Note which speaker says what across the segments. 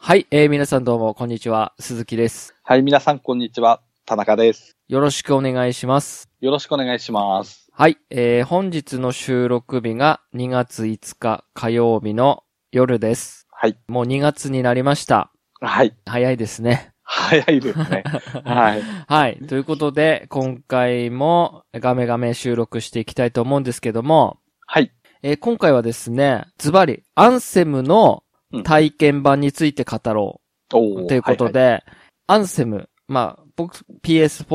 Speaker 1: はい、えー皆さんどうも、こんにちは。鈴木です。
Speaker 2: はい、皆さん、こんにちは。田中です。
Speaker 1: よろしくお願いします。
Speaker 2: よろしくお願いします。
Speaker 1: はい、えー本日の収録日が2月5日火曜日の夜です。
Speaker 2: はい。
Speaker 1: もう2月になりました。
Speaker 2: はい。
Speaker 1: 早いですね。
Speaker 2: 早いです ね。はい。
Speaker 1: はい、ということで、今回もガメガメ収録していきたいと思うんですけども、
Speaker 2: はい。
Speaker 1: えー今回はですね、ズバリ、アンセムの体験版について語ろう
Speaker 2: おー
Speaker 1: ということで、アンセム、まあ、僕、PS4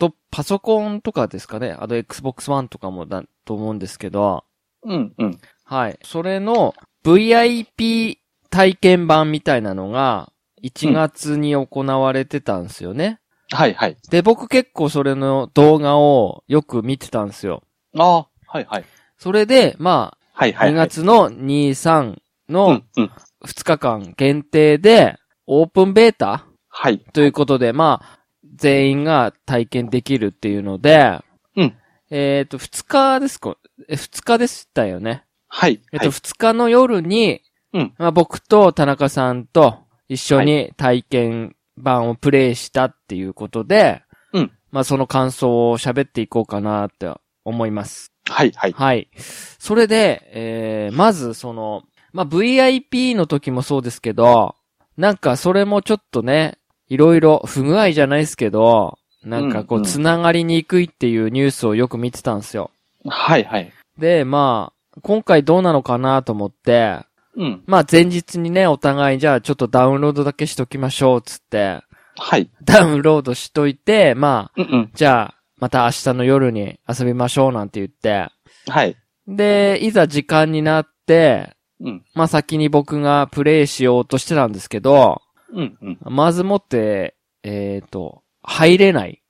Speaker 1: とパソコンとかですかね、あと Xbox One とかもだと思うんですけど、
Speaker 2: はいはいうん、うん。
Speaker 1: はい。それの VIP 体験版みたいなのが、1月に行われてたんですよね。
Speaker 2: はい、はい。
Speaker 1: で、僕結構それの動画をよく見てたんですよ。
Speaker 2: ああ、はい、はい。
Speaker 1: それで、ま
Speaker 2: はい、
Speaker 1: あ、
Speaker 2: はい。
Speaker 1: 2月の2、3
Speaker 2: う
Speaker 1: の
Speaker 2: ん、うん。
Speaker 1: 2日間限定で、オープンベータ
Speaker 2: はい。
Speaker 1: ということで、まあ、全員が体験できるっていうので、
Speaker 2: うん
Speaker 1: えっ、と、2日ですかえ、2日でしたよね。
Speaker 2: はい。
Speaker 1: えっ、と、2日の夜に、
Speaker 2: うん
Speaker 1: まあ、僕と田中さんと一緒に体験版をプレイしたっていうことで、
Speaker 2: うん
Speaker 1: まあ、その感想を喋っていこうかなって思います。
Speaker 2: はい、はい。
Speaker 1: はい。それで、えー、まずその、まあ、VIP の時もそうですけど、なんかそれもちょっとね、いろいろ不具合じゃないですけど、なんかこ
Speaker 2: う
Speaker 1: う、
Speaker 2: んうん
Speaker 1: つながりにくいっていうニュースをよく見てたんですよ。
Speaker 2: はい、はい。
Speaker 1: で、まあ、今回どうなのかなと思って、
Speaker 2: うん。
Speaker 1: まあ前日にね、お互いじゃあちょっとダウンロードだけしときましょう、つって、
Speaker 2: はい。
Speaker 1: ダウンロードしといて、まあ、
Speaker 2: うん、うん。
Speaker 1: じゃあ、また明日の夜に遊びましょうなんて言って、
Speaker 2: はい。
Speaker 1: で、いざ時間になって、
Speaker 2: うん。
Speaker 1: まあ、先に僕がプレイしようとしてたんですけど、
Speaker 2: うん、うん。
Speaker 1: まずもって、えっ、と、入れない。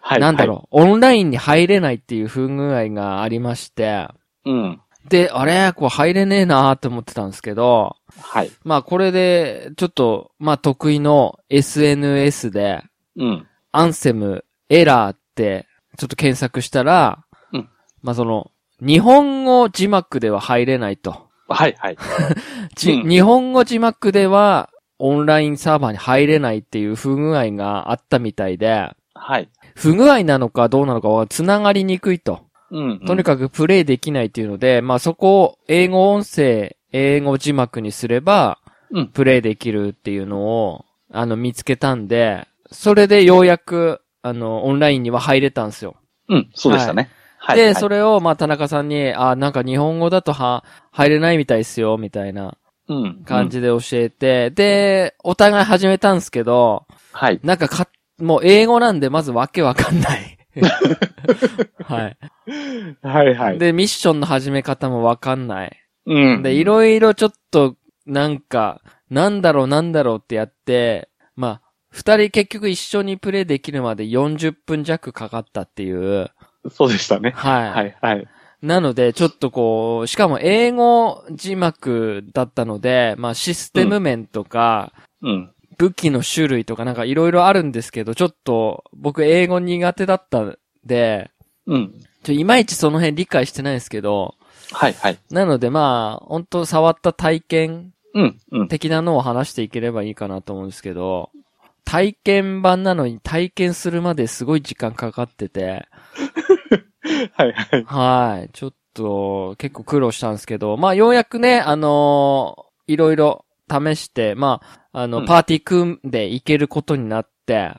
Speaker 2: はい。
Speaker 1: なんだろう、オンラインに入れないっていう不具合がありまして、
Speaker 2: う。うん。
Speaker 1: で、あれこう入れねえなーって思ってたんですけど、
Speaker 2: はい。
Speaker 1: まあ、これで、ちょっと、まあ、得意の SNS で、
Speaker 2: うん。
Speaker 1: アンセムエラーって、ちょっと検索したら、
Speaker 2: うん
Speaker 1: まあ、その、日本語字幕では入れないと。
Speaker 2: はい、はい。
Speaker 1: じ
Speaker 2: うん
Speaker 1: 日本語字幕では、オンラインサーバーに入れないっていう不具合があったみたいで、
Speaker 2: はい。
Speaker 1: 不具合なのかどうなのかは繋がりにくいと。
Speaker 2: うん。
Speaker 1: とに
Speaker 2: か
Speaker 1: かくプレイできないっていうので、まあそこを英語音声、英語字幕にすれば
Speaker 2: うん、
Speaker 1: プレイできるっていうのを、あの、見つけたんで、それでようやく、あの、オンラインには入れたんですよ。
Speaker 2: く。うん、そうでしたね。はい。
Speaker 1: で、そ
Speaker 2: れ。
Speaker 1: れを、まあ、田中さんに、あ、なんか日本語だとは、入れないみたいですよ、みたいな。
Speaker 2: うん。
Speaker 1: 感。じで教えて、で、お互い始めたんですけど、
Speaker 2: はい。
Speaker 1: なんかか、もう英語なんでまずわけわかん ない。はい。
Speaker 2: はい、は。
Speaker 1: で、ミッションの始め方もわかんない。
Speaker 2: うん。
Speaker 1: で、いろいろちょっと、なんか、なんだろうなんだろうってやって、まあ、二人結局一緒にプレイできるまで40分弱かかったっていう。
Speaker 2: そうでしたね。
Speaker 1: はい。
Speaker 2: はい、はい。
Speaker 1: なので、ちょっとこう、しかも英語字幕だったので、まあシステム面とか、
Speaker 2: うん。
Speaker 1: 武器の種類とかなんかいろいろあるんですけど、ちょっと僕英語苦手だったんで、
Speaker 2: うん。
Speaker 1: ちょいまいちその辺理解してないんですけど、
Speaker 2: はい、はい。
Speaker 1: なのでまあ、本当触った体験
Speaker 2: うん、うん。
Speaker 1: 的なのを話していければいいかなと思うんですけど、体験版なのに体験するまですごい時間かかってて、
Speaker 2: はい、はい。
Speaker 1: はい、ちょっと結構苦労したんですけど、まあようやくね、あのーいろいろ試して、まあ、あの、
Speaker 2: うん
Speaker 1: パーティー組んでいけることになって、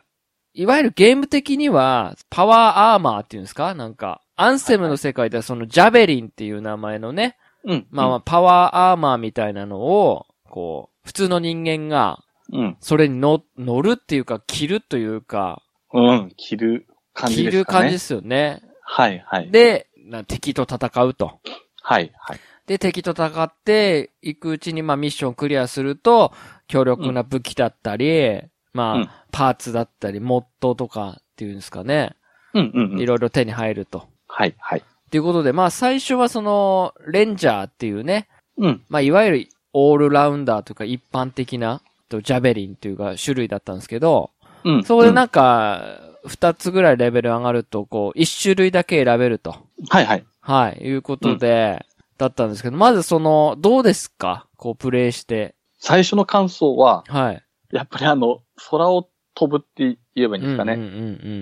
Speaker 1: いわゆるゲーム的には、パワーアーマーっていうんですかなんか、アンセムの世界ではそのジャベリンっていう名前のね、
Speaker 2: うん。
Speaker 1: まあまあ、パワーアーマーみたいなのを、こう、普通の人間が、
Speaker 2: うん。
Speaker 1: それに乗、乗るっていうか、着るというか、
Speaker 2: うん。着る感じ
Speaker 1: 着
Speaker 2: です
Speaker 1: る
Speaker 2: かね。
Speaker 1: 感じですよね。
Speaker 2: はい、はい。、
Speaker 1: で、な敵と戦うと。
Speaker 2: はい、はい。
Speaker 1: で、敵と戦って、行くうちに、まあ、ミッションクリアすると、強力な武器だったり、まあ、
Speaker 2: うん
Speaker 1: パーツだったり、モッドとかっていうんですかね。
Speaker 2: うん、うん、う
Speaker 1: い
Speaker 2: ん。
Speaker 1: ろいろ手に入ると。
Speaker 2: はい、はい。
Speaker 1: っていうことで、まあ、最初はその、レンジャーっていうね、
Speaker 2: うん。
Speaker 1: まあ、いわゆるオールラウンダーというか一般的な、とジャベリンというか種類だったんですけど、
Speaker 2: うん。
Speaker 1: そこで
Speaker 2: う
Speaker 1: なんか、二つぐらいレベル上がると、こう、一種類だけ選べると。
Speaker 2: ん。はい、はい。
Speaker 1: はい、いうことで、だったんですけど、まずその、どうですかこう、プレイして。
Speaker 2: 最初の感想は、
Speaker 1: はい。
Speaker 2: やっぱりあの、空を飛ぶって言えばいいんですかね。
Speaker 1: うんうんう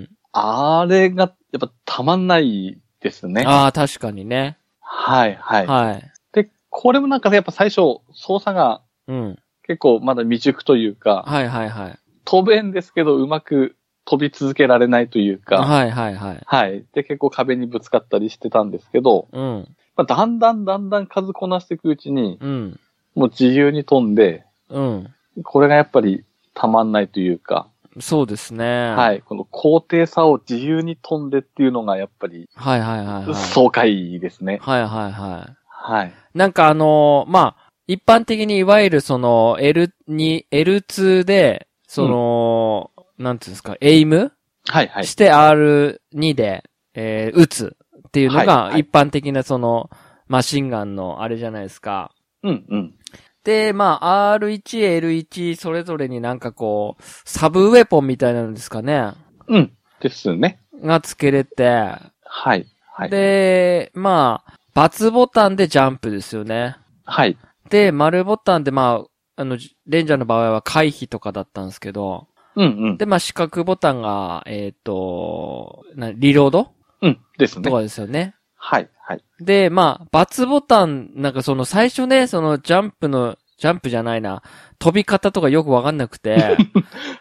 Speaker 1: ん
Speaker 2: あれが、やっぱたまんないです
Speaker 1: う
Speaker 2: ね。
Speaker 1: ん。ああ、確かにね。
Speaker 2: はい、はい、
Speaker 1: はい。
Speaker 2: で、これもなんかやっぱ最初、操作が
Speaker 1: うん。
Speaker 2: 結構まだ未熟というか、
Speaker 1: はいはいはい。
Speaker 2: 飛べんですけどうまく飛び続けられないというか、はい。
Speaker 1: はいはいはい。
Speaker 2: で、結構壁にぶつかったりしてたんですけど、
Speaker 1: うん。
Speaker 2: まあ、だんだんだんだん数こなしていくうちに、
Speaker 1: うん。
Speaker 2: もう自由に飛んで、
Speaker 1: うん。
Speaker 2: これがやっぱりたまんないというか、
Speaker 1: そうですね。。
Speaker 2: はいい。この高低差を自由に飛んでっていうのがやっぱり
Speaker 1: はいはいはいはい。
Speaker 2: 爽快ですね。
Speaker 1: はいはいはい。
Speaker 2: はい。
Speaker 1: なんかあのーまあ、一般的にいわゆるその L2、L2 で、その、なんていうんですか、エイム
Speaker 2: はいはい。
Speaker 1: して R2 で、えー撃つっていうの
Speaker 2: はい
Speaker 1: が
Speaker 2: はい
Speaker 1: 一般的なその、マシンガンのあれじゃないですか。
Speaker 2: うんうん。
Speaker 1: で、まあ、R1、L1 それぞれになんかこう、サブウェポンみたいなんですかね。
Speaker 2: うん。ですね。
Speaker 1: が付けれて、
Speaker 2: はい。はい。
Speaker 1: で、まあ、バツボタンでジャンプですよね。
Speaker 2: はい。
Speaker 1: で、丸ボタンで、まあ、あの、じレンジャーの場合は回避とかだったんですけど、
Speaker 2: うんうん。
Speaker 1: で、まあ、四角ボタンが、えっ、と、な、リロード
Speaker 2: うん。です
Speaker 1: と
Speaker 2: ね。
Speaker 1: かですよね。
Speaker 2: はい。はい。
Speaker 1: で、まあ、バツボタン、なんかその最初ね、そのジャンプの、ジャンプじゃないな、飛び方とかよくわかんなく て、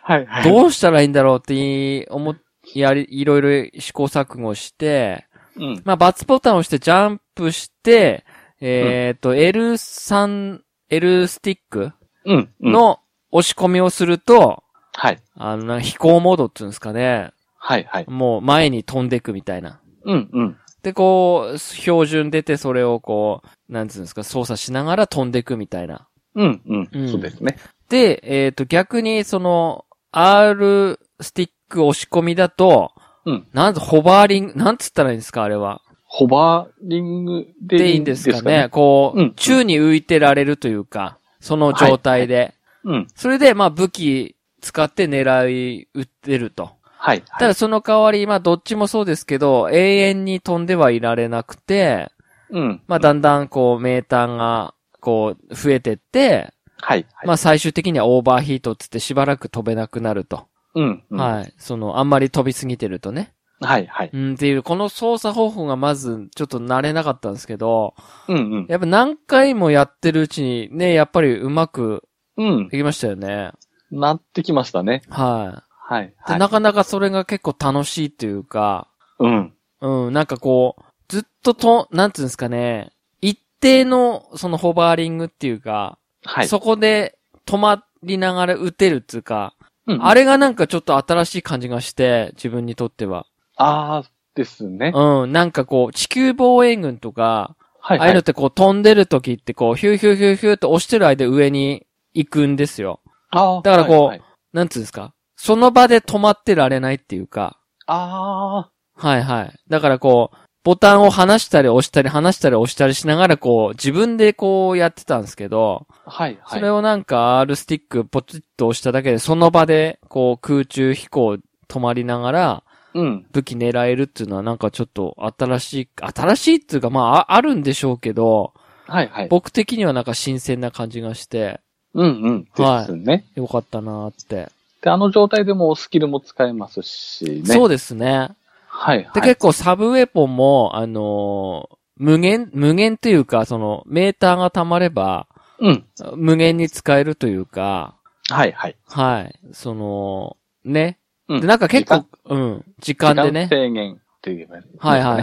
Speaker 2: はい。はい。
Speaker 1: どうしたらいいんだろうって思っ、やり、いろいろ試行錯誤して、
Speaker 2: うん。
Speaker 1: まあ、バツボタンを押してジャンプして、えっ、と、L3、L スティック
Speaker 2: うん。うん。
Speaker 1: の押し込みをすると、
Speaker 2: はい。
Speaker 1: あの、なんか飛行モードっていうんですかね。
Speaker 2: はい。はい。
Speaker 1: もう前に飛んでくみたいな。
Speaker 2: うんうん。
Speaker 1: で、こう、標準出てそれをこう、なんつうんですか、操作しながら飛んでくみたいな。
Speaker 2: うんうん。
Speaker 1: うん
Speaker 2: そうですね。
Speaker 1: で、えっ、と、逆にその、R スティック押し込みだと、
Speaker 2: うん
Speaker 1: なんつホバーリング、なんつったらいいんですか、あれは。
Speaker 2: ホバーリングで
Speaker 1: で
Speaker 2: い
Speaker 1: い
Speaker 2: い
Speaker 1: い
Speaker 2: ん
Speaker 1: ん
Speaker 2: で
Speaker 1: ですす
Speaker 2: か
Speaker 1: か
Speaker 2: ね
Speaker 1: ね。。こう、
Speaker 2: うん
Speaker 1: 宙に浮いてられるというか、その状態で。
Speaker 2: うん。
Speaker 1: それで、まあ、武器使って狙い撃ってると。
Speaker 2: はい。
Speaker 1: た
Speaker 2: は
Speaker 1: だ
Speaker 2: い。
Speaker 1: その代わり、まあどっちもそうですけど、永遠に飛んではいられなくて、
Speaker 2: うん。
Speaker 1: まあだんだんこうメーターがこう増えてって、
Speaker 2: はい。はい。
Speaker 1: まあ最終的にはオーバーヒートっつってしばらく飛べなくなると。
Speaker 2: うん。うんは
Speaker 1: はい。そのあんまり飛びすぎてるとね。
Speaker 2: い。はい。
Speaker 1: うんっていう、この操作方法がまずちょっと慣れなかったんですけど、
Speaker 2: うん
Speaker 1: やっぱ何回もやってるうちにね、やっぱりうまく
Speaker 2: うん。うん。
Speaker 1: できましたよね。
Speaker 2: なってきましたね。
Speaker 1: は
Speaker 2: はい。
Speaker 1: い。で、
Speaker 2: はい。
Speaker 1: なかなかそれが結構楽しいというか、
Speaker 2: うん。
Speaker 1: うん、なんかこう、ずっとと、なんつうんですかね、一定の、そのホバーリングっていうか、
Speaker 2: はい。
Speaker 1: そこで止まりながら打てるっていうか、
Speaker 2: うん
Speaker 1: あれがなんかちょっと新しい感じがして、自分にとっては。
Speaker 2: あーですね。
Speaker 1: うん、なんかこう、地球防衛軍とか、
Speaker 2: はい。
Speaker 1: ああいう
Speaker 2: は
Speaker 1: のっ
Speaker 2: い。
Speaker 1: てこう飛んでる時ってこう、ヒューヒューヒューヒューと押してる間上に行くんですよ。
Speaker 2: あー
Speaker 1: だからこう
Speaker 2: はいはい
Speaker 1: なんつうんですか。その場で止まってられないっていうか、
Speaker 2: あ
Speaker 1: はいはい。だからこう、ボタンを離したり押したり離したり押したりしながらこう、自分でこうやってたんですけど、
Speaker 2: ーはい。は
Speaker 1: そ
Speaker 2: い
Speaker 1: れ。をなんか R スティックポチッと押しただけで、その場でこう空中飛行止まりながら
Speaker 2: うん。
Speaker 1: 武器狙えるっていうのはなんかちょっと新しい、新しいっていうかまあああるんでしょうけど、
Speaker 2: はい。はい。
Speaker 1: 僕的にはなんか新鮮な感じがして、
Speaker 2: うんうん。ですね。
Speaker 1: よかったなーって。
Speaker 2: で、あの状態でもスキルも使えますしね。
Speaker 1: そううですね。
Speaker 2: はい。
Speaker 1: で、
Speaker 2: はい。
Speaker 1: 結構サブウェポンも、あのー無限、無限というか、その、メーターが溜まれば、
Speaker 2: うん。
Speaker 1: 無限に使えるというか、
Speaker 2: はい。はい。
Speaker 1: はい。その、ね。
Speaker 2: うん
Speaker 1: で、なんか結構、うん、時間でね
Speaker 2: 時。間制限って言えばいいんですかね
Speaker 1: はいはいはい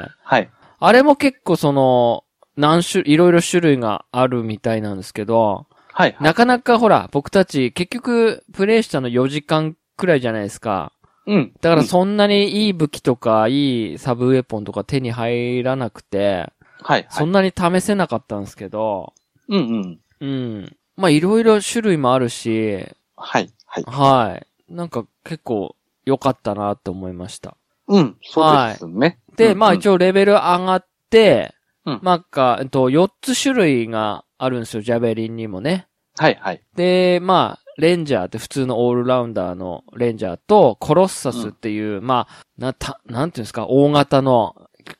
Speaker 1: はい。
Speaker 2: はい。
Speaker 1: あれも結構その、何種、いろいろ種類があるみたいなんですけど、
Speaker 2: はい。
Speaker 1: なかなかほら、僕たち結局、プレイしたの4時間くらいじゃないですか。
Speaker 2: うん。
Speaker 1: だから
Speaker 2: うん
Speaker 1: そんなにいい武器とか、いいサブウェポンとか手に入らなくて、
Speaker 2: はい。は
Speaker 1: そ
Speaker 2: い。
Speaker 1: んなに試せなかったんですけど、
Speaker 2: うん
Speaker 1: う
Speaker 2: うん。
Speaker 1: ん。まあ、いろいろ種類もあるし、
Speaker 2: はい。はい。
Speaker 1: はい。なんか結構良かったなって思いました。
Speaker 2: うん。そうですね。
Speaker 1: で、まあ
Speaker 2: 応。
Speaker 1: 一応レベル上がって、
Speaker 2: うん
Speaker 1: まあか、えっと、4つ種類があるんですよ、ジャベリンにもね。
Speaker 2: はいはい。
Speaker 1: で、まあ、レンジャーって普通のオールラウンダーのレンジャーと、コロッサスっていう、まあ、な、た、なんていうんですか、大型の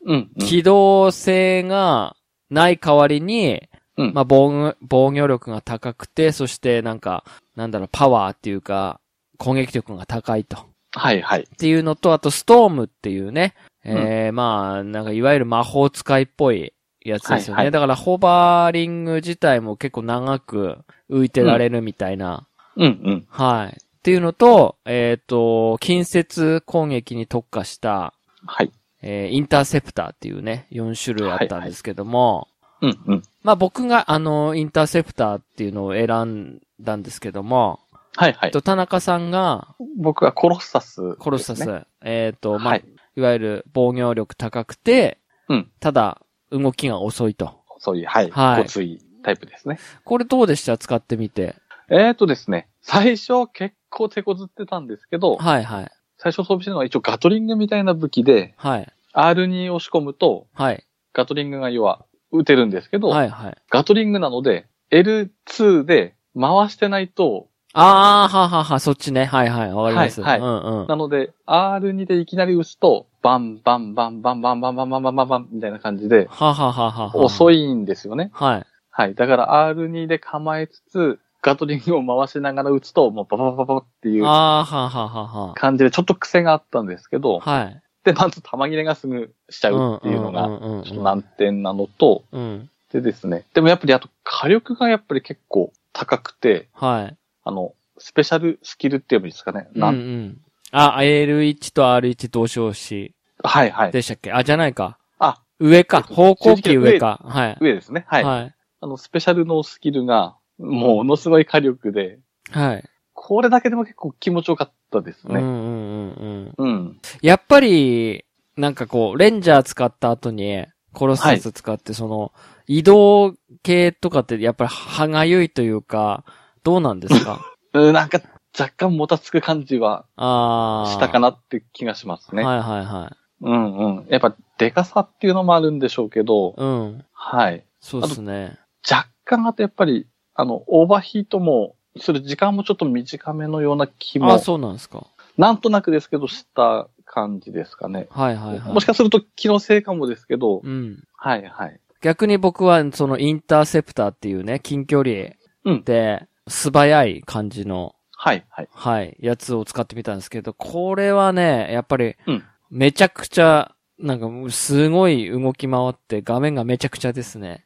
Speaker 2: うん。うん
Speaker 1: 機動性がない代わりに、
Speaker 2: うん
Speaker 1: まあ防御、防御力が高くて、そしてなんか、なんだろう、パワーっていうか、攻撃力が高いと。
Speaker 2: はいはい。
Speaker 1: っていうのと、あと、ストームっていうね、えー、まあ、なんか、いわゆる魔法使いっぽいやつですよね。
Speaker 2: はいはい
Speaker 1: だから、ホバーリング自体も結構長く浮いてられるみたいな。
Speaker 2: うんうん。
Speaker 1: はい。っていうのと、えっ、と、近接攻撃に特化した、
Speaker 2: はい。
Speaker 1: えーインターセプターっていうね、4種類あったんですけども、
Speaker 2: うんうん。
Speaker 1: まあ僕があの、インターセプターっていうのを選んだんですけども、
Speaker 2: はい
Speaker 1: え
Speaker 2: は
Speaker 1: っ
Speaker 2: い。
Speaker 1: と、田中さんが、
Speaker 2: 僕はコロッサス、ね。
Speaker 1: コロサス、えっ、と、まあ、
Speaker 2: はいい。、
Speaker 1: わゆる防御力高くて、
Speaker 2: うん
Speaker 1: ただ、動きが遅いと。
Speaker 2: そういう、はい。
Speaker 1: はい
Speaker 2: ごついタイプですね。
Speaker 1: これどうでした使ってみて。
Speaker 2: えーとですね、最初結構手こずってたんですけど、
Speaker 1: はいはい。
Speaker 2: 最初装備してるのは一応ガトリングみたいな武器で、
Speaker 1: はい。
Speaker 2: R2 押し込むと、
Speaker 1: はい。
Speaker 2: ガトリングが要は撃てるんですけど、
Speaker 1: はいはい。
Speaker 2: ガトリングなので、L2 で回してないと、
Speaker 1: あー、ははは、そっちね。はいはい。わかります。
Speaker 2: はいは
Speaker 1: うんうん。
Speaker 2: なので、R2 でいきなり打つと、バンバンバンバンバンバンバンバンバンバンバンみたいな感じで、
Speaker 1: はははは。
Speaker 2: 遅
Speaker 1: い。
Speaker 2: いんですよね。
Speaker 1: はい。
Speaker 2: はい。だから R2 で構えつつ、ガトリングを回しながら打つと、もうバババババっていう
Speaker 1: あー、はははは。
Speaker 2: 感じで、ちょっと癖があったんですけど、
Speaker 1: はい。
Speaker 2: で、まず弾切れがすぐしちゃうっていうのが、ちょっと難点なのと、
Speaker 1: うんうんうんうん。
Speaker 2: でですね、でもやっぱりあと火力がやっぱり結構高くて、
Speaker 1: はい。
Speaker 2: あの、スペシャルスキルって言えばいいですかね。
Speaker 1: うんう
Speaker 2: なん
Speaker 1: ん。あ、L1 と R1 同称詞
Speaker 2: はいはい。
Speaker 1: でしたっけあ、じゃないか。
Speaker 2: あ、
Speaker 1: 上か。方向キー上か。はい。
Speaker 2: 上ですね。はい。
Speaker 1: はい。
Speaker 2: あの、スペシャルのスキルが、ものすごい火力で、
Speaker 1: はい。
Speaker 2: これだけでも結構気持ちよかったです
Speaker 1: うんうん
Speaker 2: ね。
Speaker 1: うんうん。
Speaker 2: うん。
Speaker 1: やっぱり、なんかこう、レンジャー使った後に、コロサス使って、その、移動系とかって、やっぱり歯がゆいというか、どうなんです か
Speaker 2: うん、なんか、若干もたつく感じは
Speaker 1: ああ。
Speaker 2: したかなって気がしますね。
Speaker 1: はいはいはい。
Speaker 2: うんうん。やっぱ、デカさっていうのもあるんでしょうけど、
Speaker 1: うん。
Speaker 2: はい。
Speaker 1: そうですね。
Speaker 2: 若干あとやっぱり、あの、オーバーヒートも、する時間もちょっと短めのような気
Speaker 1: あ
Speaker 2: も、
Speaker 1: そうなんですか。
Speaker 2: なんとなくですけど、した感じですかね。
Speaker 1: はいはいはい。
Speaker 2: もしかすると気のせいかもですけど、
Speaker 1: うん。
Speaker 2: はいはい。
Speaker 1: 逆に僕は、そのインターセプターっていうね、近距離
Speaker 2: うん
Speaker 1: で、素早い感じの、
Speaker 2: はいはい。
Speaker 1: はい、やつを使ってみたんですけど、これはね、やっぱり
Speaker 2: うん、
Speaker 1: めちゃくちゃ、なんかもうすごい動き回って画面がめちゃくちゃです ね。